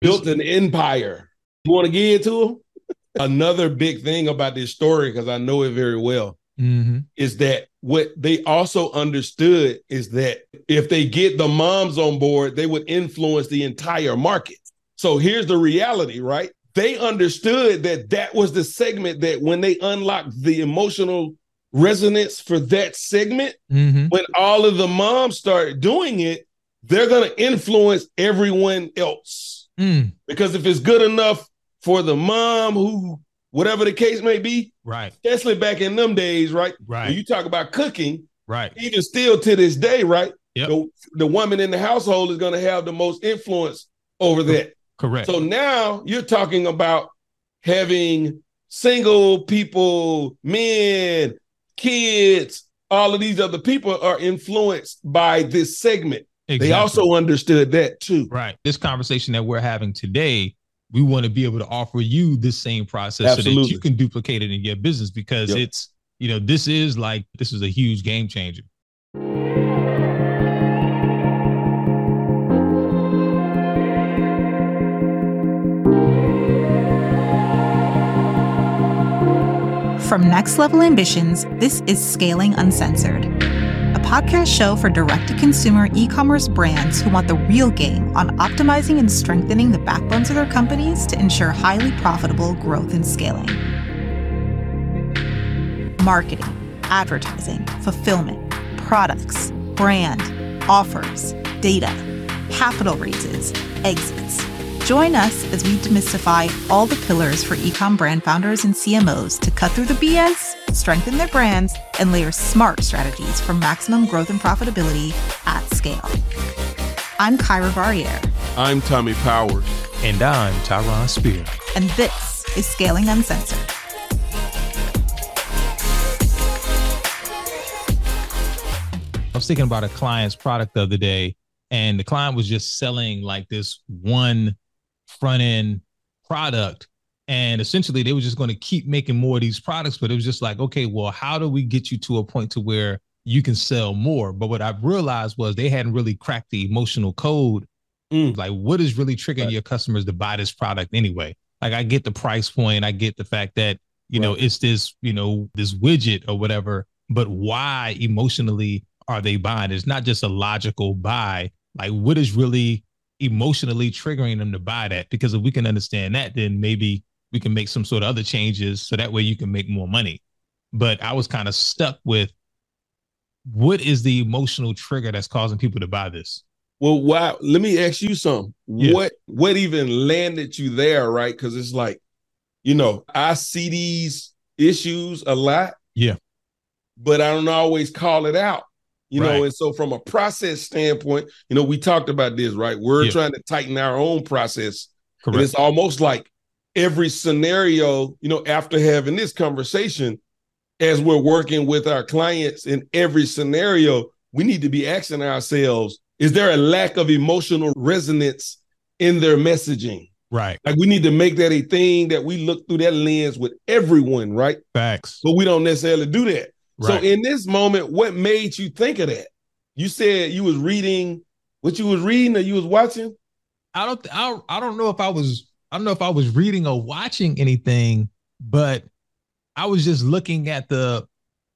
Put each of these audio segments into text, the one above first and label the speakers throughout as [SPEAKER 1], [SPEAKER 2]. [SPEAKER 1] built an empire. You want to give it to him? Another big thing about this story, because I know it very well,
[SPEAKER 2] Mm-hmm.
[SPEAKER 1] is that what they also understood is that if they get the moms on board, they would influence the entire market. So here's the reality, right? They understood that that was the segment that when they unlocked the emotional resonance for that segment,
[SPEAKER 2] Mm-hmm.
[SPEAKER 1] when all of the moms start doing it, they're going to influence everyone else.
[SPEAKER 2] Mm.
[SPEAKER 1] Because if it's good enough for the mom who, whatever the case may be,
[SPEAKER 2] Right.
[SPEAKER 1] especially back in them days, right?
[SPEAKER 2] Right.
[SPEAKER 1] When you talk about cooking,
[SPEAKER 2] right.
[SPEAKER 1] even still to this day, right?
[SPEAKER 2] Yep.
[SPEAKER 1] The, the woman in the household is going to have the most influence over that.
[SPEAKER 2] Correct.
[SPEAKER 1] So now you're talking about having single people, men, kids, all of these other people are influenced by this segment.
[SPEAKER 2] Exactly.
[SPEAKER 1] They also understood that too.
[SPEAKER 2] right. This conversation that we're having today, we want to be able to offer you this same process so that
[SPEAKER 1] Absolutely.
[SPEAKER 2] you can duplicate it in your business because
[SPEAKER 1] Yep.
[SPEAKER 2] it's you know this is like this is a huge game changer.
[SPEAKER 3] From Next Level Ambitions, this is Scaling Uncensored, a podcast show for direct to consumer e commerce brands who want the real game on optimizing and strengthening the backbones of their companies to ensure highly profitable growth and scaling. Marketing, advertising, fulfillment, products, brand, offers, data, capital raises, exits. Join us as we demystify all the pillars for ecom brand founders and CMOs to cut through the BS, strengthen their brands, and layer smart strategies for maximum growth and profitability at scale. I'm Kyra Barriere,
[SPEAKER 1] I'm Tommy Powers.
[SPEAKER 2] And I'm Tyron Spear.
[SPEAKER 3] and this is Scaling Uncensored.
[SPEAKER 2] I was thinking about a client's product the other day, and the client was just selling like this one front end product. And essentially, they were just going to keep making more of these products, but it was just like, okay, well, how do we get you to a point to where you can sell more? But what I realized was they hadn't really cracked the emotional code.
[SPEAKER 1] Mm.
[SPEAKER 2] Like, what is really triggering
[SPEAKER 1] Right.
[SPEAKER 2] your customers to buy this product anyway? Like, I get the price point, I get the fact that you know it's this you know this widget or whatever but why emotionally are they buying it's not just a logical buy like what is really emotionally triggering them to buy that because if we can understand that then maybe we can make some sort of other changes so that way you can make more money but i was kind of stuck with what is the emotional trigger that's causing people to buy this
[SPEAKER 1] Well, wow. Let me ask you something.
[SPEAKER 2] Yeah.
[SPEAKER 1] What what even landed you there, right? Because it's like, you know, I see these issues a lot.
[SPEAKER 2] Yeah.
[SPEAKER 1] But I don't always call it out. You
[SPEAKER 2] Right.
[SPEAKER 1] know, and so from a process standpoint, you know, we talked about this, right? We're
[SPEAKER 2] Yeah.
[SPEAKER 1] trying to tighten our own process. And it's almost like every scenario, you know, after having this conversation, as we're working with our clients in every scenario, we need to be asking ourselves is there a lack of emotional resonance in their messaging?
[SPEAKER 2] right
[SPEAKER 1] Like we need to make that a thing that we look through that lens with everyone, right?
[SPEAKER 2] facts
[SPEAKER 1] But we don't necessarily do that.
[SPEAKER 2] right
[SPEAKER 1] So in this moment, what made you think of that? You said you was reading what you was reading or you was watching?
[SPEAKER 2] I don't th- I, I don't know if I was I don't know if I was reading or watching anything, but I was just looking at the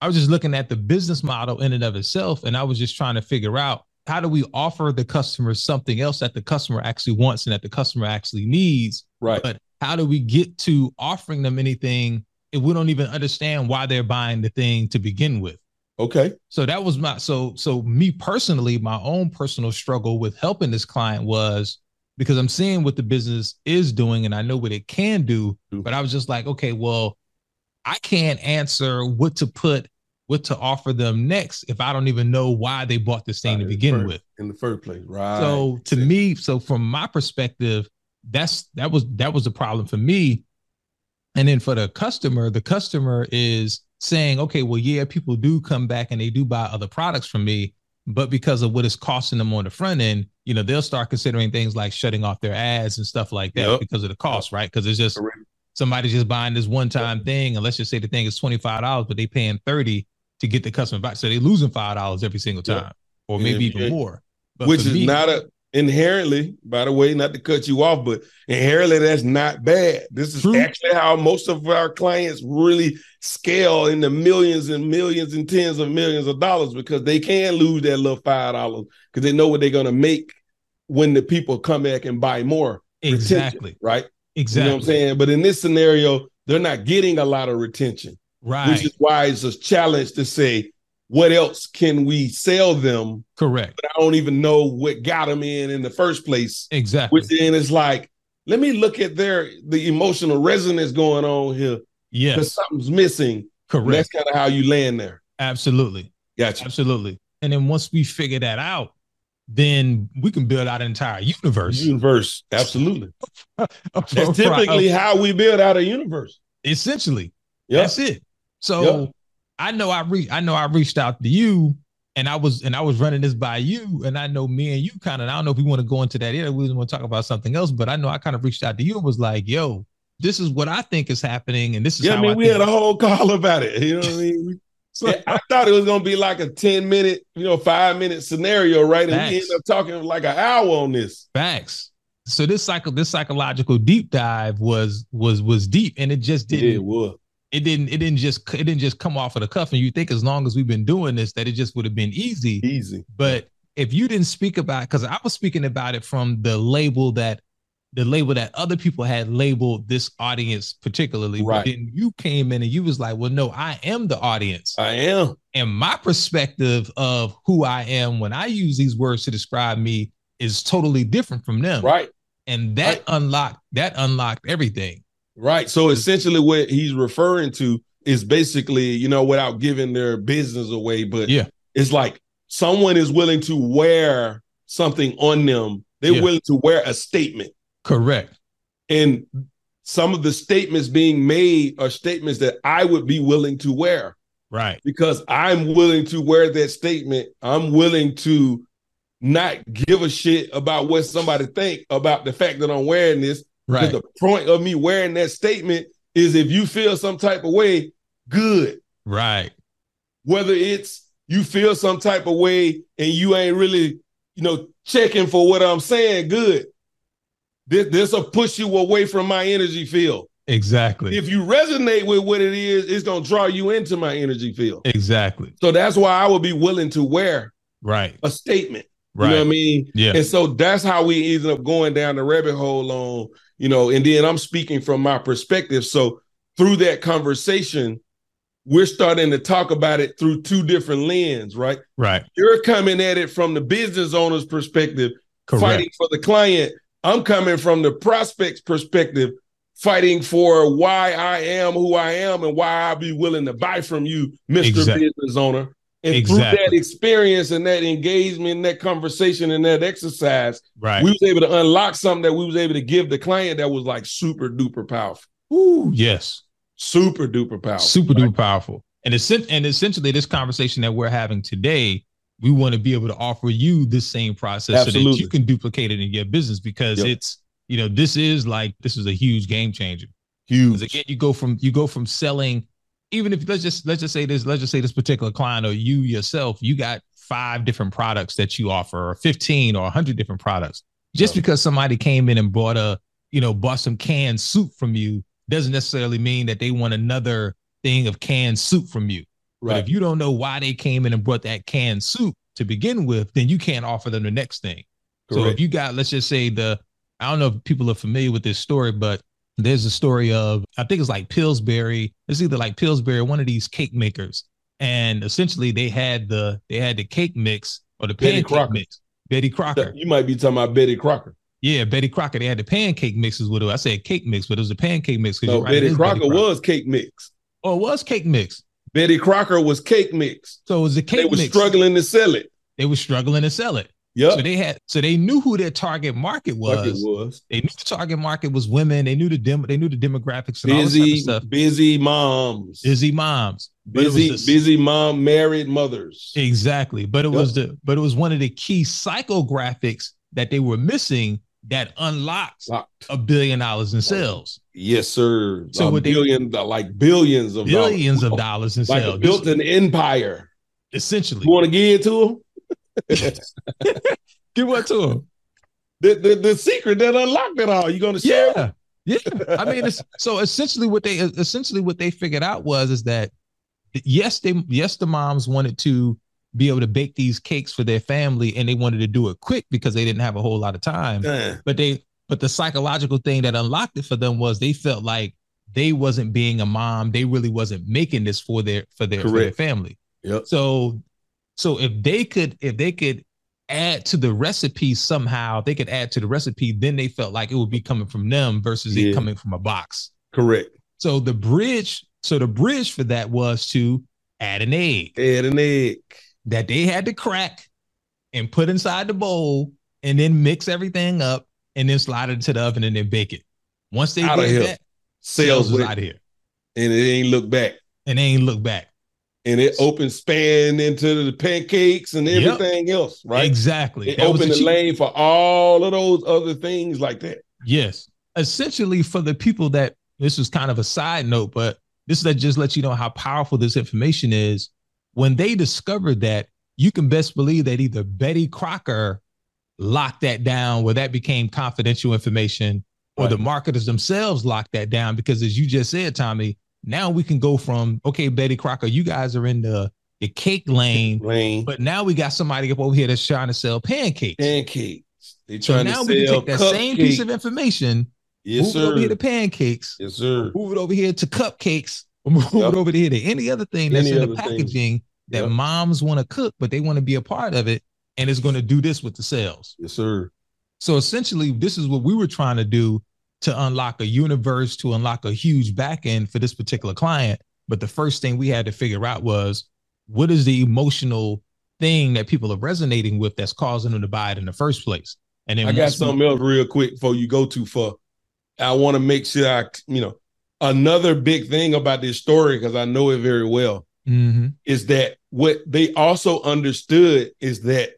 [SPEAKER 2] I was just looking at the business model in and of itself, and I was just trying to figure out how do we offer the customer something else that the customer actually wants and that the customer actually needs,
[SPEAKER 1] Right.
[SPEAKER 2] but how do we get to offering them anything if we don't even understand why they're buying the thing to begin with?
[SPEAKER 1] Okay.
[SPEAKER 2] so that was my so so me personally my own personal struggle with helping this client was because i'm seeing what the business is doing and i know what it can do
[SPEAKER 1] Mhm.
[SPEAKER 2] but i was just like okay well i can't answer what to put what to offer them next if i don't even know why they bought this thing to
[SPEAKER 1] Right,
[SPEAKER 2] begin
[SPEAKER 1] first.
[SPEAKER 2] with
[SPEAKER 1] In the first place. Right.
[SPEAKER 2] so to me so from my perspective that's that was that was the problem for me and then for the customer the customer is saying okay well yeah people do come back and they do buy other products from me but because of what it's costing them on the front end you know they'll start considering things like shutting off their ads and stuff like that
[SPEAKER 1] Yep.
[SPEAKER 2] because of the cost right because it's just
[SPEAKER 1] Correct.
[SPEAKER 2] somebody's just buying this one time thing and let's just say the thing is $25 but they paying 30 to get the customer back so they're losing $5 every single
[SPEAKER 1] Yep.
[SPEAKER 2] time or
[SPEAKER 1] And
[SPEAKER 2] maybe
[SPEAKER 1] if
[SPEAKER 2] even
[SPEAKER 1] you-
[SPEAKER 2] more but
[SPEAKER 1] which
[SPEAKER 2] for
[SPEAKER 1] is
[SPEAKER 2] me-
[SPEAKER 1] not a inherently, by the way, not to cut you off, but inherently that's not bad. This is
[SPEAKER 2] True.
[SPEAKER 1] actually how most of our clients really scale in the millions and millions and tens of millions of dollars because they can lose that little five dollars because they know what they're gonna make when the people come back and buy more. Retention,
[SPEAKER 2] Exactly.
[SPEAKER 1] right?
[SPEAKER 2] Exactly.
[SPEAKER 1] You know what I'm saying? But in this scenario, they're not getting a lot of retention,
[SPEAKER 2] Right.
[SPEAKER 1] which is why it's a challenge to say, what else can we sell them?
[SPEAKER 2] Correct.
[SPEAKER 1] But I don't even know what got them in in the first place
[SPEAKER 2] Exactly.
[SPEAKER 1] which then is like, let me look at their the emotional resonance going on here because
[SPEAKER 2] yes.
[SPEAKER 1] something's missing. And
[SPEAKER 2] Correct.
[SPEAKER 1] That's kind of how you land there.
[SPEAKER 2] Absolutely.
[SPEAKER 1] Gotcha.
[SPEAKER 2] Absolutely. And then once we figure that out, then we can build out an entire universe.
[SPEAKER 1] Universe, absolutely.
[SPEAKER 2] of-
[SPEAKER 1] That's
[SPEAKER 2] of-
[SPEAKER 1] typically how we build out a universe.
[SPEAKER 2] essentially.
[SPEAKER 1] Yep.
[SPEAKER 2] That's it. So
[SPEAKER 1] Yep.
[SPEAKER 2] I know I re- I know I reached out to you and I was and I was running this by you. And I know me and you kind of I don't know if we want to go into that area. We want to talk about something else, but I know I kind of reached out to you and was like, yo, this is what I think is happening. And this is
[SPEAKER 1] Yeah, I
[SPEAKER 2] how
[SPEAKER 1] mean,
[SPEAKER 2] I
[SPEAKER 1] we
[SPEAKER 2] think-
[SPEAKER 1] had a whole call about it. You know what I mean? We- Yeah, I thought it was gonna be like a 10 minute, you know, five minute scenario, right? And we
[SPEAKER 2] Facts.
[SPEAKER 1] ended up talking like an hour on this.
[SPEAKER 2] Facts. So this cycle, this psychological deep dive was was was deep, and it just didn't.
[SPEAKER 1] was.
[SPEAKER 2] It didn't. It didn't just. It didn't just come off of the cuff. And you think as long as we've been doing this, that it just would have been easy.
[SPEAKER 1] Easy.
[SPEAKER 2] But if you didn't speak about, because I was speaking about it from the label that, the label that other people had labeled this audience particularly.
[SPEAKER 1] Right.
[SPEAKER 2] But then you came in and you was like, well, no, I am the audience
[SPEAKER 1] I am.
[SPEAKER 2] and my perspective of who I am when I use these words to describe me is totally different from them.
[SPEAKER 1] Right.
[SPEAKER 2] And that
[SPEAKER 1] Right.
[SPEAKER 2] unlocked that unlocked everything.
[SPEAKER 1] Right. So essentially, what he's referring to is basically, you know, without giving their business away, but
[SPEAKER 2] Yeah.
[SPEAKER 1] it's like someone is willing to wear something on them. They're
[SPEAKER 2] Yeah.
[SPEAKER 1] willing to wear a statement.
[SPEAKER 2] Correct.
[SPEAKER 1] And some of the statements being made are statements that I would be willing to wear
[SPEAKER 2] Right.
[SPEAKER 1] because I'm willing to wear that statement. I'm willing to not give a shit about what somebody think about the fact that I'm wearing this.
[SPEAKER 2] Right.
[SPEAKER 1] Because the point of me wearing that statement is if you feel some type of way, good.
[SPEAKER 2] right.
[SPEAKER 1] Whether it's you feel some type of way and you ain't really, you know, checking for what I'm saying, good. This this'll push you away from my energy field.
[SPEAKER 2] Exactly.
[SPEAKER 1] If you resonate with what it is, it's gonna draw you into my energy field.
[SPEAKER 2] exactly.
[SPEAKER 1] So that's why I would be willing to wear
[SPEAKER 2] Right.
[SPEAKER 1] a statement.
[SPEAKER 2] Right.
[SPEAKER 1] You know what I mean?
[SPEAKER 2] Yeah.
[SPEAKER 1] And so that's how we ended up going down the rabbit hole on, you know, and then I'm speaking from my perspective. So through that conversation, we're starting to talk about it through two different lens, right?
[SPEAKER 2] Right.
[SPEAKER 1] You're coming at it from the business owner's perspective,
[SPEAKER 2] Correct.
[SPEAKER 1] fighting for the client. I'm coming from the prospect's perspective, fighting for why I am who I am and why I'll be willing to buy from you, Mr.
[SPEAKER 2] Exact-
[SPEAKER 1] Business Owner. And through that
[SPEAKER 2] Exactly.
[SPEAKER 1] experience and that engagement, and that conversation and that exercise,
[SPEAKER 2] Right.
[SPEAKER 1] we was able to unlock something that we was able to give the client that was like super duper powerful,
[SPEAKER 2] Ooh, yes.
[SPEAKER 1] super duper powerful.
[SPEAKER 2] Super duper powerful. And essen- and essentially this conversation that we're having today, we want to be able to offer you this same process so that
[SPEAKER 1] Absolutely.
[SPEAKER 2] you can duplicate it in your business because
[SPEAKER 1] Yep.
[SPEAKER 2] it's you know, this is like this is a huge game changer. Because
[SPEAKER 1] huge.
[SPEAKER 2] again, you go from you go from selling, even if let's just let's just say this, let's just say this particular client or you yourself, you got five different products that you offer, or fifteen or hundred different products. Just
[SPEAKER 1] Yeah.
[SPEAKER 2] because somebody came in and bought a, you know, bought some canned soup from you doesn't necessarily mean that they want another thing of canned soup from you. But
[SPEAKER 1] Right.
[SPEAKER 2] if you don't know why they came in and brought that canned soup to begin with, then you can't offer them the next thing. So
[SPEAKER 1] Correct.
[SPEAKER 2] if you got, let's just say the, I don't know if people are familiar with this story, but there's a story of, I think it's like Pillsbury. It's either like Pillsbury, or one of these cake makers. And essentially they had the, they had the cake mix or the
[SPEAKER 1] Betty
[SPEAKER 2] pancake
[SPEAKER 1] Crocker.
[SPEAKER 2] mix. Betty Crocker.
[SPEAKER 1] You might be talking about Betty Crocker.
[SPEAKER 2] Yeah. Betty Crocker. They had the pancake mixes with her. I said cake mix, but it was a pancake mix. 'cause
[SPEAKER 1] No,
[SPEAKER 2] you're right, it
[SPEAKER 1] Betty
[SPEAKER 2] is
[SPEAKER 1] Crocker was cake mix.
[SPEAKER 2] Oh, it was cake mix.
[SPEAKER 1] Betty Crocker was cake mix.
[SPEAKER 2] So it was a cake
[SPEAKER 1] they were
[SPEAKER 2] mix.
[SPEAKER 1] struggling to sell it.
[SPEAKER 2] They were struggling to sell it.
[SPEAKER 1] Yep.
[SPEAKER 2] So they had so they knew who their target market was.
[SPEAKER 1] Fuck it was.
[SPEAKER 2] They knew the target market was women. They knew the demo, they knew the demographics and all this type of
[SPEAKER 1] Busy,
[SPEAKER 2] stuff.
[SPEAKER 1] busy moms.
[SPEAKER 2] Busy moms. but it was
[SPEAKER 1] busy,
[SPEAKER 2] this-
[SPEAKER 1] busy mom, married mothers.
[SPEAKER 2] Exactly. But it
[SPEAKER 1] Yep.
[SPEAKER 2] was the but it was one of the key psychographics that they were missing that unlocks
[SPEAKER 1] Locked.
[SPEAKER 2] a billion dollars in sales.
[SPEAKER 1] Yes, sir.
[SPEAKER 2] So
[SPEAKER 1] So
[SPEAKER 2] what they-
[SPEAKER 1] billion, like billions of
[SPEAKER 2] Billions
[SPEAKER 1] dollars.
[SPEAKER 2] of dollars in
[SPEAKER 1] Like
[SPEAKER 2] sales.
[SPEAKER 1] built an empire.
[SPEAKER 2] essentially.
[SPEAKER 1] You want to give it to them?
[SPEAKER 2] Give one to them.
[SPEAKER 1] the, the, the secret that unlocked it all. You gonna share? it?
[SPEAKER 2] yeah yeah i mean it's, so essentially what they essentially what they figured out was is that yes they yes the moms wanted to be able to bake these cakes for their family and they wanted to do it quick because they didn't have a whole lot of time
[SPEAKER 1] Damn.
[SPEAKER 2] but they but the psychological thing that unlocked it for them was they felt like they wasn't being a mom they really wasn't making this for their for their, for their
[SPEAKER 1] Correct.
[SPEAKER 2] family
[SPEAKER 1] Yep.
[SPEAKER 2] so so if they could if they could add to the recipe somehow if they could add to the recipe then they felt like it would be coming from them versus it
[SPEAKER 1] Yeah.
[SPEAKER 2] coming from a box
[SPEAKER 1] Correct.
[SPEAKER 2] so the bridge so the bridge for that was to add an egg
[SPEAKER 1] Ed and egg.
[SPEAKER 2] that they had to crack and put inside the bowl and then mix everything up and then slide it into the oven and then bake it. Once they
[SPEAKER 1] Outta
[SPEAKER 2] did
[SPEAKER 1] here.
[SPEAKER 2] that,
[SPEAKER 1] Sales
[SPEAKER 2] was
[SPEAKER 1] went,
[SPEAKER 2] out of here
[SPEAKER 1] and it ain't look back.
[SPEAKER 2] and they ain't look back.
[SPEAKER 1] And it opened span into the pancakes and
[SPEAKER 2] Yep.
[SPEAKER 1] everything else, right?
[SPEAKER 2] Exactly.
[SPEAKER 1] It
[SPEAKER 2] That was
[SPEAKER 1] opened the
[SPEAKER 2] cheap-
[SPEAKER 1] lane for all of those other things like that.
[SPEAKER 2] Yes. Essentially, for the people that this was kind of a side note, but this that just lets you know how powerful this information is. When they discovered that, you can best believe that either Betty Crocker locked that down where that became confidential information, or
[SPEAKER 1] Right.
[SPEAKER 2] the marketers themselves locked that down because as you just said, Tommy, now we can go from okay, Betty Crocker, you guys are in the the cake lane,
[SPEAKER 1] Lane
[SPEAKER 2] but now we got somebody up over here that's trying to sell pancakes.
[SPEAKER 1] pancakes. They
[SPEAKER 2] So
[SPEAKER 1] trying
[SPEAKER 2] now
[SPEAKER 1] to
[SPEAKER 2] we can
[SPEAKER 1] sell
[SPEAKER 2] take that same piece of
[SPEAKER 1] cupcakes.
[SPEAKER 2] information
[SPEAKER 1] yes,
[SPEAKER 2] move it over here
[SPEAKER 1] sir.
[SPEAKER 2] to pancakes,
[SPEAKER 1] Yes, sir.
[SPEAKER 2] move it over here to cupcakes, or move
[SPEAKER 1] Yep.
[SPEAKER 2] it over here to any other thing that's
[SPEAKER 1] Any
[SPEAKER 2] in the
[SPEAKER 1] other thing.
[SPEAKER 2] packaging that
[SPEAKER 1] Yep.
[SPEAKER 2] moms want to cook, but they want to be a part of it. And it's going to do this with the sales.
[SPEAKER 1] Yes, sir.
[SPEAKER 2] So essentially, this is what we were trying to do to unlock a universe, to unlock a huge back end for this particular client. But the first thing we had to figure out was what is the emotional thing that people are resonating with that's causing them to buy it in the first place? And then
[SPEAKER 1] I got
[SPEAKER 2] once we-
[SPEAKER 1] something else real quick before you go too far. I want to make sure I, you know, another big thing about this story because I know it very well
[SPEAKER 2] Mhm.
[SPEAKER 1] is that what they also understood is that,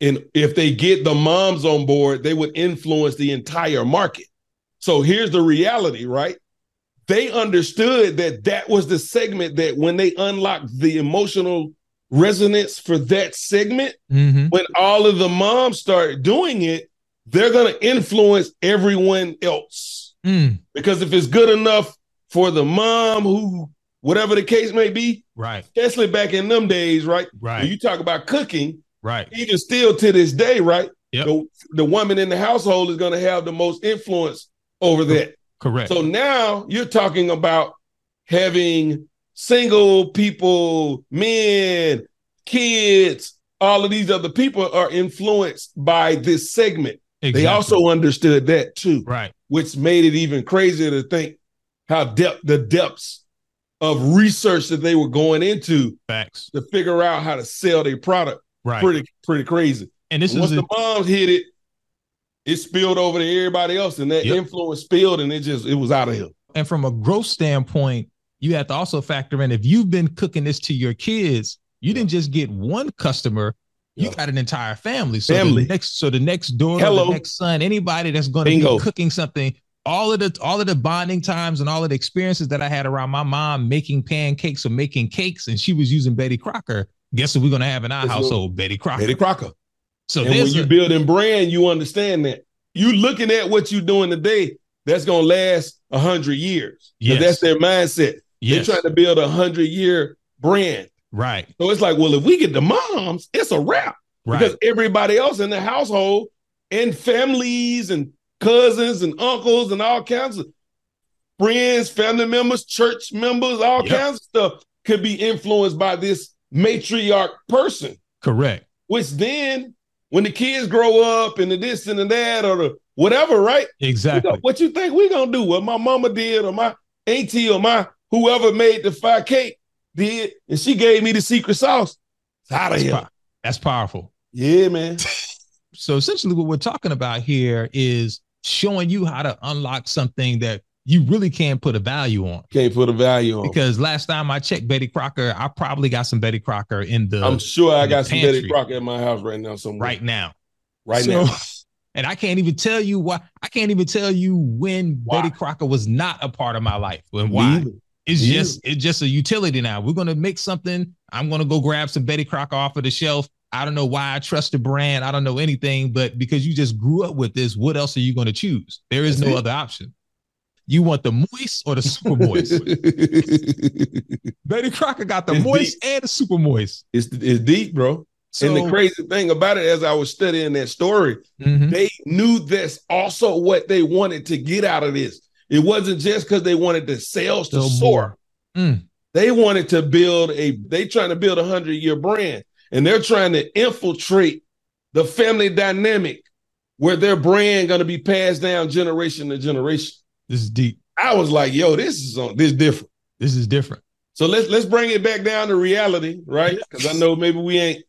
[SPEAKER 1] and if they get the moms on board, they would influence the entire market. So here's the reality, right? They understood that that was the segment that when they unlocked the emotional resonance for that segment
[SPEAKER 2] Mhm.
[SPEAKER 1] when all of the moms start doing it, they're going to influence everyone else.
[SPEAKER 2] Mm.
[SPEAKER 1] Because if it's good enough for the mom who, whatever the case may be,
[SPEAKER 2] Right,
[SPEAKER 1] especially back in them days, right?
[SPEAKER 2] right,
[SPEAKER 1] When you talk about cooking,
[SPEAKER 2] right.
[SPEAKER 1] even still to this day, right?
[SPEAKER 2] Yep.
[SPEAKER 1] The, the woman in the household is going to have the most influence over that.
[SPEAKER 2] Correct.
[SPEAKER 1] So now you're talking about having single people, men, kids, all of these other people are influenced by this segment.
[SPEAKER 2] Exactly.
[SPEAKER 1] They also understood that too,
[SPEAKER 2] right.
[SPEAKER 1] which made it even crazier to think how depth the depths of research that they were going into
[SPEAKER 2] Facts.
[SPEAKER 1] to figure out how to sell their product.
[SPEAKER 2] Right.
[SPEAKER 1] Pretty pretty crazy.
[SPEAKER 2] and this
[SPEAKER 1] Once
[SPEAKER 2] is a-
[SPEAKER 1] the moms hit it, it spilled over to everybody else, and that
[SPEAKER 2] Yep.
[SPEAKER 1] influence spilled, and it just it was out of here.
[SPEAKER 2] and from a growth standpoint, you have to also factor in if you've been cooking this to your kids, you didn't just get one customer. You
[SPEAKER 1] Yeah.
[SPEAKER 2] got an entire family. So
[SPEAKER 1] Family.
[SPEAKER 2] the next, so the next daughter,
[SPEAKER 1] Hello.
[SPEAKER 2] the next son, anybody that's going to be
[SPEAKER 1] Bingo.
[SPEAKER 2] cooking something, all of the all of the bonding times and all of the experiences that I had around my mom making pancakes or making cakes, and she was using Betty Crocker. Guess what we're going to have in our
[SPEAKER 1] That's what-
[SPEAKER 2] household? Betty Crocker.
[SPEAKER 1] Betty Crocker.
[SPEAKER 2] so
[SPEAKER 1] and when
[SPEAKER 2] there's
[SPEAKER 1] you
[SPEAKER 2] a-
[SPEAKER 1] building brand, you understand that. You looking at what you're doing today, that's gonna last a hundred years. 'Cause
[SPEAKER 2] Yes.
[SPEAKER 1] That's their mindset.
[SPEAKER 2] yes,
[SPEAKER 1] They're trying to build a hundred year brand.
[SPEAKER 2] right,
[SPEAKER 1] So it's like, well, if we get the moms, it's a wrap.
[SPEAKER 2] right,
[SPEAKER 1] Because everybody else in the household and families and cousins and uncles and all kinds of friends, family members, church members, all
[SPEAKER 2] Yep.
[SPEAKER 1] kinds of stuff could be influenced by this matriarch person
[SPEAKER 2] correct,
[SPEAKER 1] which then when the kids grow up and the this and the that or the whatever, right? We go,
[SPEAKER 2] exactly,
[SPEAKER 1] What you think we gonna do? What my mama did or my auntie or my whoever made the fire cake did, and she gave me the secret sauce. It's out of
[SPEAKER 2] That's
[SPEAKER 1] here.
[SPEAKER 2] po- that's powerful.
[SPEAKER 1] Yeah, man.
[SPEAKER 2] So essentially, what we're talking about here is showing you how to unlock something that you really can't put a value on.
[SPEAKER 1] Can't put a value on. it.
[SPEAKER 2] Because last time I checked Betty Crocker, I probably got some Betty Crocker in the
[SPEAKER 1] I'm sure I
[SPEAKER 2] in the
[SPEAKER 1] got some Betty
[SPEAKER 2] pantry.
[SPEAKER 1] Crocker at my house right now somewhere.
[SPEAKER 2] right now.
[SPEAKER 1] right
[SPEAKER 2] So-
[SPEAKER 1] now.
[SPEAKER 2] And I can't even tell you why. I can't even tell you when
[SPEAKER 1] Why?
[SPEAKER 2] Betty Crocker was not a part of my life and why.
[SPEAKER 1] Leave it.
[SPEAKER 2] It's
[SPEAKER 1] Me
[SPEAKER 2] just it's just a utility now. We're gonna make something. I'm gonna go grab some Betty Crocker off of the shelf. I don't know why I trust the brand. I don't know anything, but because you just grew up with this, what else are you going to choose? There is no other option. You want the moist or the super moist? Betty Crocker got the
[SPEAKER 1] It's
[SPEAKER 2] moist and the super moist.
[SPEAKER 1] it's it's deep, bro.
[SPEAKER 2] So,
[SPEAKER 1] and the crazy thing about it, as I was studying that story,
[SPEAKER 2] Mhm.
[SPEAKER 1] they knew that's also what they wanted to get out of this. It wasn't just because they wanted the sales to
[SPEAKER 2] Still
[SPEAKER 1] soar.
[SPEAKER 2] more. Mm.
[SPEAKER 1] They wanted to build a. They trying to build a hundred year brand, and they're trying to infiltrate the family dynamic where their brand going to be passed down generation to generation.
[SPEAKER 2] this is deep.
[SPEAKER 1] I was like, yo, this is on this different.
[SPEAKER 2] This is different.
[SPEAKER 1] So let's let's bring it back down to reality, right? Because I know maybe we ain't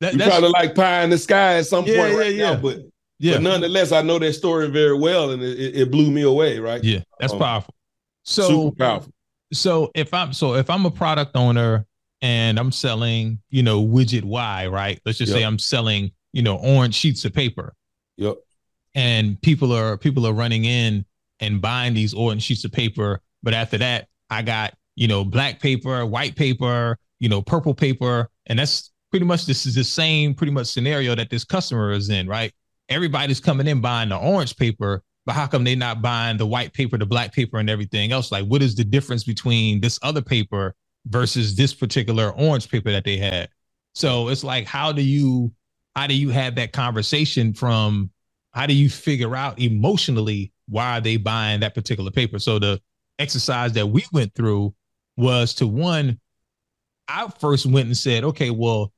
[SPEAKER 2] That,
[SPEAKER 1] you
[SPEAKER 2] that's
[SPEAKER 1] probably like pie in the sky at some
[SPEAKER 2] Yeah,
[SPEAKER 1] point
[SPEAKER 2] yeah,
[SPEAKER 1] right
[SPEAKER 2] yeah.
[SPEAKER 1] now, but
[SPEAKER 2] yeah,
[SPEAKER 1] but nonetheless, I know that story very well, and it, it- it blew me away, right?
[SPEAKER 2] yeah. That's
[SPEAKER 1] Um,
[SPEAKER 2] powerful. So
[SPEAKER 1] Super powerful.
[SPEAKER 2] so if I'm so if I'm a product owner and I'm selling, you know, widget Y, right? Let's just say
[SPEAKER 1] Yep.
[SPEAKER 2] I'm selling, you know, orange sheets of paper.
[SPEAKER 1] Yep.
[SPEAKER 2] And people are people are running in and buying these orange sheets of paper, but after that, I got, you know, black paper, white paper, you know, purple paper, and that's pretty much this is the same pretty much scenario that this customer is in, right? Everybody's coming in buying the orange paper, but how come they not buying the white paper, the black paper, and everything else? Like, what is the difference between this other paper versus this particular orange paper that they had? So it's like, how do you how do you have that conversation from how do you figure out emotionally why are they buying that particular paper? So the exercise that we went through was to one, I first went and said, okay, well,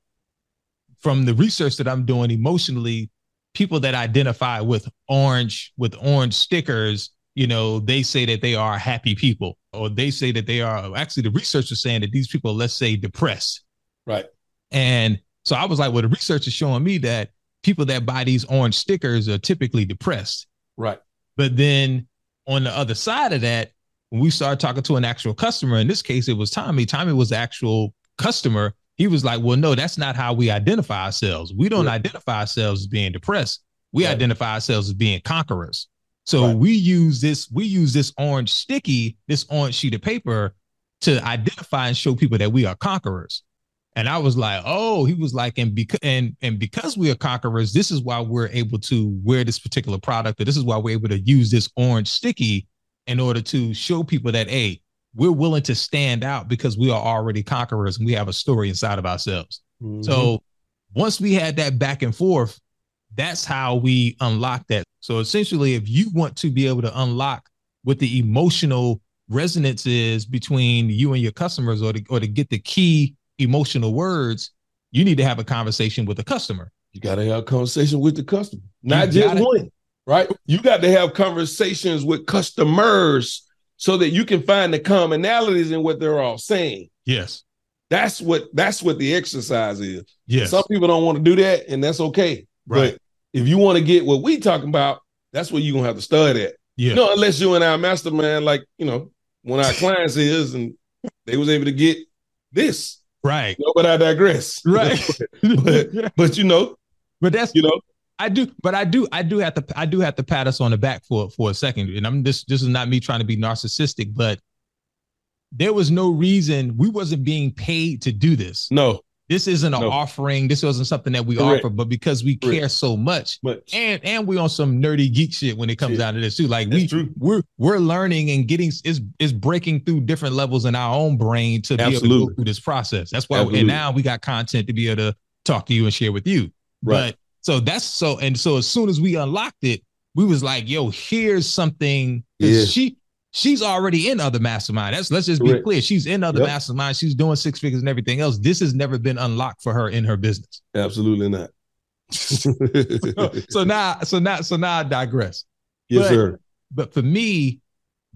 [SPEAKER 2] from the research that I'm doing emotionally, people that identify with orange with orange stickers you know they say that they are happy people or they say that they are actually the research is saying that these people are, let's say depressed
[SPEAKER 1] Right.
[SPEAKER 2] and so i was like well the research is showing me that people that buy these orange stickers are typically depressed
[SPEAKER 1] Right.
[SPEAKER 2] but then on the other side of that, when we started talking to an actual customer, in this case, it was Tommy. Tommy was the actual customer. He was like, Well, no, that's not how we identify ourselves. We don't
[SPEAKER 1] Right.
[SPEAKER 2] identify ourselves as being depressed. We
[SPEAKER 1] Right.
[SPEAKER 2] identify ourselves as being conquerors. So
[SPEAKER 1] Right.
[SPEAKER 2] we use this, we use this orange sticky, this orange sheet of paper to identify and show people that we are conquerors. And I was like, oh, he was like, and because and and because we are conquerors, this is why we're able to wear this particular product, or this is why we're able to use this orange sticky in order to show people that hey, we're willing to stand out because we are already conquerors and we have a story inside of ourselves.
[SPEAKER 1] Mm-hmm.
[SPEAKER 2] So once we had that back and forth, that's how we unlock that. So essentially, if you want to be able to unlock what the emotional resonance is between you and your customers, or to, or to get the key emotional words, you need to have a conversation with the customer.
[SPEAKER 1] you got to have a conversation with the customer, not
[SPEAKER 2] You
[SPEAKER 1] just
[SPEAKER 2] gotta-
[SPEAKER 1] one. Right. You got to have conversations with customers so that you can find the commonalities in what they're all saying.
[SPEAKER 2] Yes.
[SPEAKER 1] That's what that's what the exercise is.
[SPEAKER 2] Yes.
[SPEAKER 1] Some people don't want to do that, and that's okay.
[SPEAKER 2] Right.
[SPEAKER 1] But if you want to get what we talking about, that's where you're gonna have to start at.
[SPEAKER 2] yeah.
[SPEAKER 1] You know, unless you and our mastermind, like you know, one of our clients is, and they was able to get this.
[SPEAKER 2] Right.
[SPEAKER 1] No, but I digress.
[SPEAKER 2] Right.
[SPEAKER 1] but, but you know,
[SPEAKER 2] but that's
[SPEAKER 1] you know,
[SPEAKER 2] I do, but I do, I do have to, I do have to pat us on the back for for a second. And I'm this, this is not me trying to be narcissistic, but there was no reason we wasn't being paid to do this.
[SPEAKER 1] no,
[SPEAKER 2] This isn't an
[SPEAKER 1] No.
[SPEAKER 2] offering. This wasn't something that we
[SPEAKER 1] Correct.
[SPEAKER 2] offer, but because we
[SPEAKER 1] Correct.
[SPEAKER 2] care so much,
[SPEAKER 1] but
[SPEAKER 2] and and we on some nerdy geek shit when it comes
[SPEAKER 1] Shit.
[SPEAKER 2] down to this too. Like
[SPEAKER 1] that's
[SPEAKER 2] we
[SPEAKER 1] true.
[SPEAKER 2] we're we're learning and getting is is breaking through different levels in our own brain to be able to
[SPEAKER 1] Absolutely.
[SPEAKER 2] go through this process. That's why
[SPEAKER 1] Absolutely.
[SPEAKER 2] and now we got content to be able to talk to you and share with you.
[SPEAKER 1] Right.
[SPEAKER 2] But so that's so and so as soon as we unlocked it, we was like, yo, here's something 'cause
[SPEAKER 1] Yeah.
[SPEAKER 2] she she's already in other mastermind. That's let's just be
[SPEAKER 1] Correct.
[SPEAKER 2] clear. She's in other
[SPEAKER 1] Yep.
[SPEAKER 2] mastermind, she's doing six figures and everything else. This has never been unlocked for her in her business.
[SPEAKER 1] Absolutely not. yes,
[SPEAKER 2] so now, so now, so now I digress. but-
[SPEAKER 1] sir.
[SPEAKER 2] but for me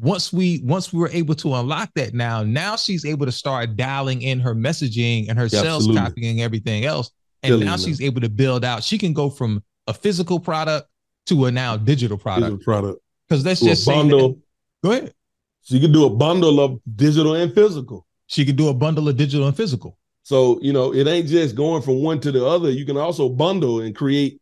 [SPEAKER 2] once we once we were able to unlock that now now she's able to start dialing in her messaging and her sales
[SPEAKER 1] Absolutely.
[SPEAKER 2] copying and everything else and
[SPEAKER 1] Killing
[SPEAKER 2] now
[SPEAKER 1] it.
[SPEAKER 2] she's able to build out she can go from a physical product to a now digital
[SPEAKER 1] Digital
[SPEAKER 2] product
[SPEAKER 1] product.
[SPEAKER 2] because let's
[SPEAKER 1] Do a
[SPEAKER 2] just say that-
[SPEAKER 1] bundle.
[SPEAKER 2] go ahead
[SPEAKER 1] So you can do a bundle of digital and physical.
[SPEAKER 2] she could do a bundle of digital and physical
[SPEAKER 1] So you know, it ain't just going from one to the other. You can also bundle and create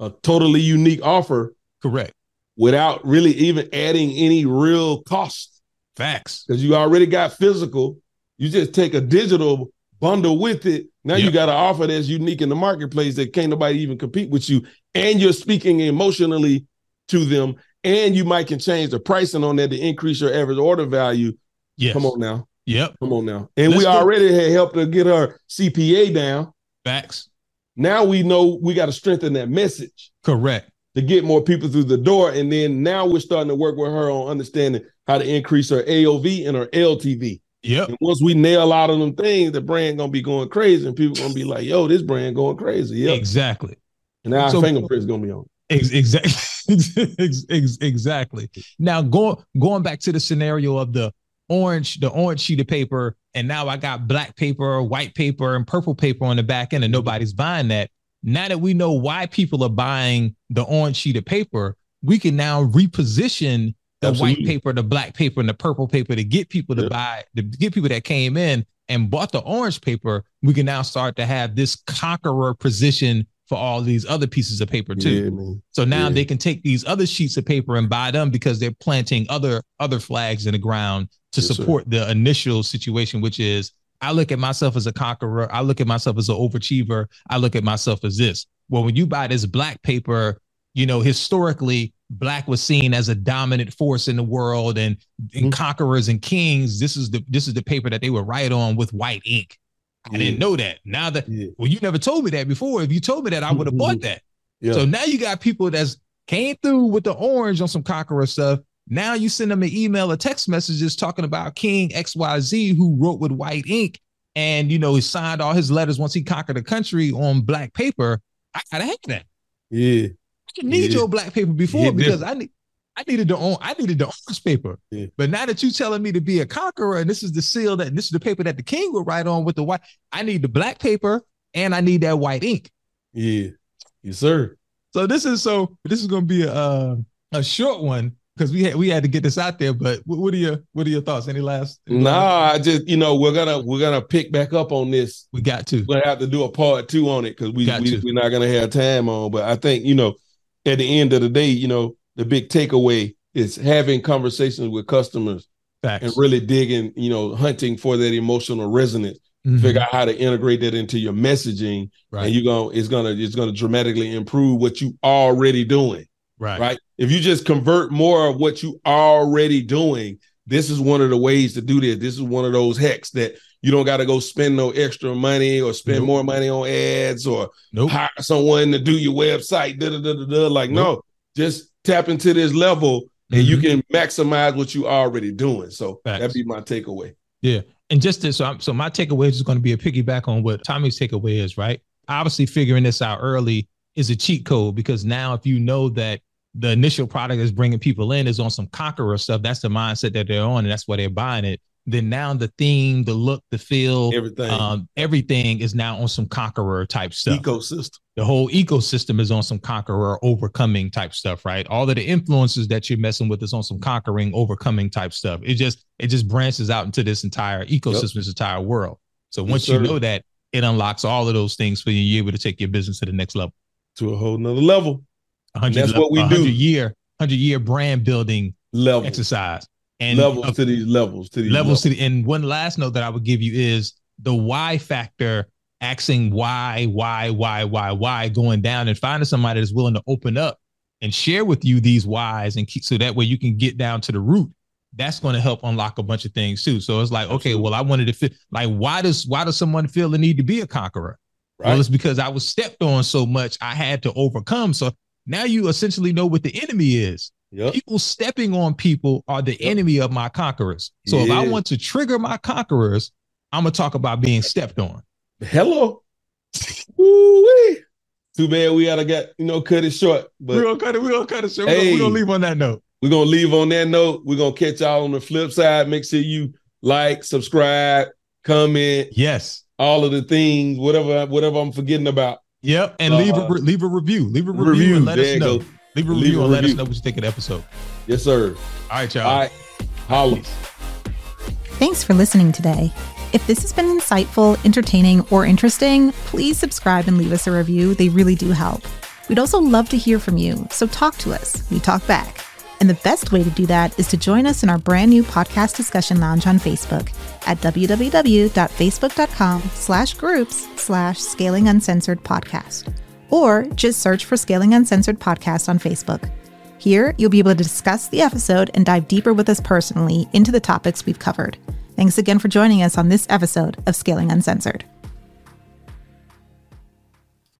[SPEAKER 1] a totally unique offer
[SPEAKER 2] correct
[SPEAKER 1] without really even adding any real cost
[SPEAKER 2] facts
[SPEAKER 1] because you already got physical. You just take a digital bundle with it. Now
[SPEAKER 2] Yep.
[SPEAKER 1] you got an offer that's unique in the marketplace that can't nobody even compete with you. And you're speaking emotionally to them. And you might can change the pricing on that to increase your average order value.
[SPEAKER 2] Yes.
[SPEAKER 1] Come on now.
[SPEAKER 2] Yep.
[SPEAKER 1] Come on now. And
[SPEAKER 2] Let's
[SPEAKER 1] we
[SPEAKER 2] go-
[SPEAKER 1] already had helped her get her CPA down.
[SPEAKER 2] Facts.
[SPEAKER 1] Now we know we got to strengthen that message
[SPEAKER 2] Correct.
[SPEAKER 1] to get more people through the door. And then now we're starting to work with her on understanding how to increase her AOV and her LTV.
[SPEAKER 2] Yep.
[SPEAKER 1] And once we nail out of them things, the brand gonna be going crazy, and people gonna be like, "Yo, this brand going crazy." Yeah,
[SPEAKER 2] Exactly.
[SPEAKER 1] and our
[SPEAKER 2] so-
[SPEAKER 1] fingerprints gonna be on.
[SPEAKER 2] Ex- exactly. ex- ex- exactly. Now going going back to the scenario of the orange, the orange sheet of paper, and now I got black paper, white paper, and purple paper on the back end, and nobody's buying that. Now that we know why people are buying the orange sheet of paper, we can now reposition the
[SPEAKER 1] Absolutely.
[SPEAKER 2] white paper, the black paper, and the purple paper to get people to
[SPEAKER 1] Yeah.
[SPEAKER 2] buy, to get people that came in and bought the orange paper. We can now start to have this conqueror position for all these other pieces of paper too.
[SPEAKER 1] Yeah, man.
[SPEAKER 2] So now
[SPEAKER 1] Yeah.
[SPEAKER 2] they can take these other sheets of paper and buy them because they're planting other other flags in the ground to
[SPEAKER 1] Yes, sir.
[SPEAKER 2] support the initial situation, which is I look at myself as a conqueror, I look at myself as an overachiever, I look at myself as this. Well, when you buy this black paper, you know, historically, black was seen as a dominant force in the world and, and
[SPEAKER 1] Mhm.
[SPEAKER 2] conquerors and kings. This is the this is the paper that they would write on with white ink. I didn't know that. Now that
[SPEAKER 1] Yeah. Mm-hmm.
[SPEAKER 2] well, you never told me that before. If you told me that, I would have bought that.
[SPEAKER 1] Yeah.
[SPEAKER 2] So now you got people that's came through with the orange on some cockroach stuff. Now you send them an email or text messages talking about King XYZ who wrote with white ink and you know he signed all his letters once he conquered the country on black paper. I gotta have that.
[SPEAKER 1] Yeah,
[SPEAKER 2] I didn't need
[SPEAKER 1] Yeah.
[SPEAKER 2] your black paper before
[SPEAKER 1] Yeah,
[SPEAKER 2] because I need I needed the own I needed the orange paper.
[SPEAKER 1] Yeah.
[SPEAKER 2] But now that you're telling me to be a conqueror and this is the seal that this is the paper that the king would write on with the white, I need the black paper and I need that white ink.
[SPEAKER 1] yeah, yes, sir.
[SPEAKER 2] So this is so this is gonna be a uh, a short one because we had we had to get this out there. But what, what are your what are your thoughts? Any last? any last-
[SPEAKER 1] Nah, I just you know we're gonna we're gonna pick back up on this.
[SPEAKER 2] we got to.
[SPEAKER 1] We're gonna have to do a part two on it because we,
[SPEAKER 2] Got
[SPEAKER 1] we
[SPEAKER 2] to.
[SPEAKER 1] we're not gonna have time on. But I think you know at the end of the day, you know the big takeaway is having conversations with customers
[SPEAKER 2] Facts.
[SPEAKER 1] and really digging, you know, hunting for that emotional resonance.
[SPEAKER 2] Mhm.
[SPEAKER 1] figure out how to integrate that into your messaging
[SPEAKER 2] Right.
[SPEAKER 1] and you're going it's going to it's going to dramatically improve what you already doing
[SPEAKER 2] right.
[SPEAKER 1] right if you just convert more of what you already doing this is one of the ways to do this this is one of those hacks that you don't got to go spend no extra money or spend
[SPEAKER 2] Nope.
[SPEAKER 1] more money on ads or
[SPEAKER 2] Nope.
[SPEAKER 1] hire someone to do your website da, da, da, da, da. like no just tap into this level and you
[SPEAKER 2] Mhm.
[SPEAKER 1] can maximize what you already doing so
[SPEAKER 2] Facts.
[SPEAKER 1] that'd be my takeaway
[SPEAKER 2] and just this. So I'm, so my takeaway is going to be a piggyback on what Tommy's takeaway is. Right. Obviously, figuring this out early is a cheat code because now if you know that the initial product is bringing people in is on some conqueror stuff, that's the mindset that they're on, and that's why they're buying it. Then now the theme, the look, the feel,
[SPEAKER 1] everything
[SPEAKER 2] um, everything is now on some conqueror type stuff.
[SPEAKER 1] ecosystem
[SPEAKER 2] the whole ecosystem is on some conqueror overcoming type stuff, right? All of the influences that you're messing with is on some conquering, overcoming type stuff. It just it just branches out into this entire ecosystem, this entire world. So
[SPEAKER 1] Yes,
[SPEAKER 2] once you
[SPEAKER 1] sir.
[SPEAKER 2] know that, it unlocks all of those things for you. You're able to take your business to the next level.
[SPEAKER 1] to a whole nother level
[SPEAKER 2] 100
[SPEAKER 1] that's what we do.
[SPEAKER 2] Year, hundred year brand building
[SPEAKER 1] level
[SPEAKER 2] exercise and
[SPEAKER 1] levels
[SPEAKER 2] of
[SPEAKER 1] to these levels to these
[SPEAKER 2] levels
[SPEAKER 1] levels,
[SPEAKER 2] to the, and one last note that I would give you is the why factor asking why why why why why going down and finding somebody that's willing to open up and share with you these whys and keep so that way you can get down to the root that's going to help unlock a bunch of things too so it's like okay
[SPEAKER 1] Absolutely.
[SPEAKER 2] well i wanted to feel like why does why does someone feel the need to be a conqueror well
[SPEAKER 1] right?
[SPEAKER 2] it's because i was stepped on so much i had to overcome so now you essentially know what the enemy is
[SPEAKER 1] Yep.
[SPEAKER 2] people stepping on people are the
[SPEAKER 1] Yep.
[SPEAKER 2] enemy of my conquerors. So if I
[SPEAKER 1] Yeah.
[SPEAKER 2] want to trigger my conquerors, I'm gonna talk about being stepped on.
[SPEAKER 1] Hello. Woo-wee. Too bad we gotta get you know cut it short, but
[SPEAKER 2] we're
[SPEAKER 1] we're,
[SPEAKER 2] gonna cut it. We're gonna cut it. Sir.
[SPEAKER 1] Hey.
[SPEAKER 2] We're, gonna, we leave on that note.
[SPEAKER 1] gonna leave on that note. We're gonna catch y'all on the flip side. Make sure you like, subscribe, comment,
[SPEAKER 2] Yes.
[SPEAKER 1] all of the things, whatever whatever I'm forgetting about.
[SPEAKER 2] Yep. And leave a
[SPEAKER 1] Uh,
[SPEAKER 2] re- leave a review. Leave a review,
[SPEAKER 1] Review.
[SPEAKER 2] and let
[SPEAKER 1] There
[SPEAKER 2] us
[SPEAKER 1] you
[SPEAKER 2] know.
[SPEAKER 1] go.
[SPEAKER 2] Leave a
[SPEAKER 1] Leave
[SPEAKER 2] review
[SPEAKER 1] a
[SPEAKER 2] and let us
[SPEAKER 1] review.
[SPEAKER 2] know what you think of the episode.
[SPEAKER 1] Yes, sir.
[SPEAKER 2] All right, y'all.
[SPEAKER 1] All right. Holla.
[SPEAKER 2] Peace.
[SPEAKER 3] Thanks for listening today. If this has been insightful, entertaining, or interesting, please subscribe and leave us a review. They really do help. We'd also love to hear from you, so talk to us. We talk back. And the best way to do that is to join us in our brand new podcast discussion lounge on Facebook. at www.facebook.com slash groups slash scaling uncensored podcast or just search for Scaling Uncensored Podcast on Facebook. Here, you'll be able to discuss the episode and dive deeper with us personally into the topics we've covered. Thanks again for joining us on this episode of Scaling Uncensored.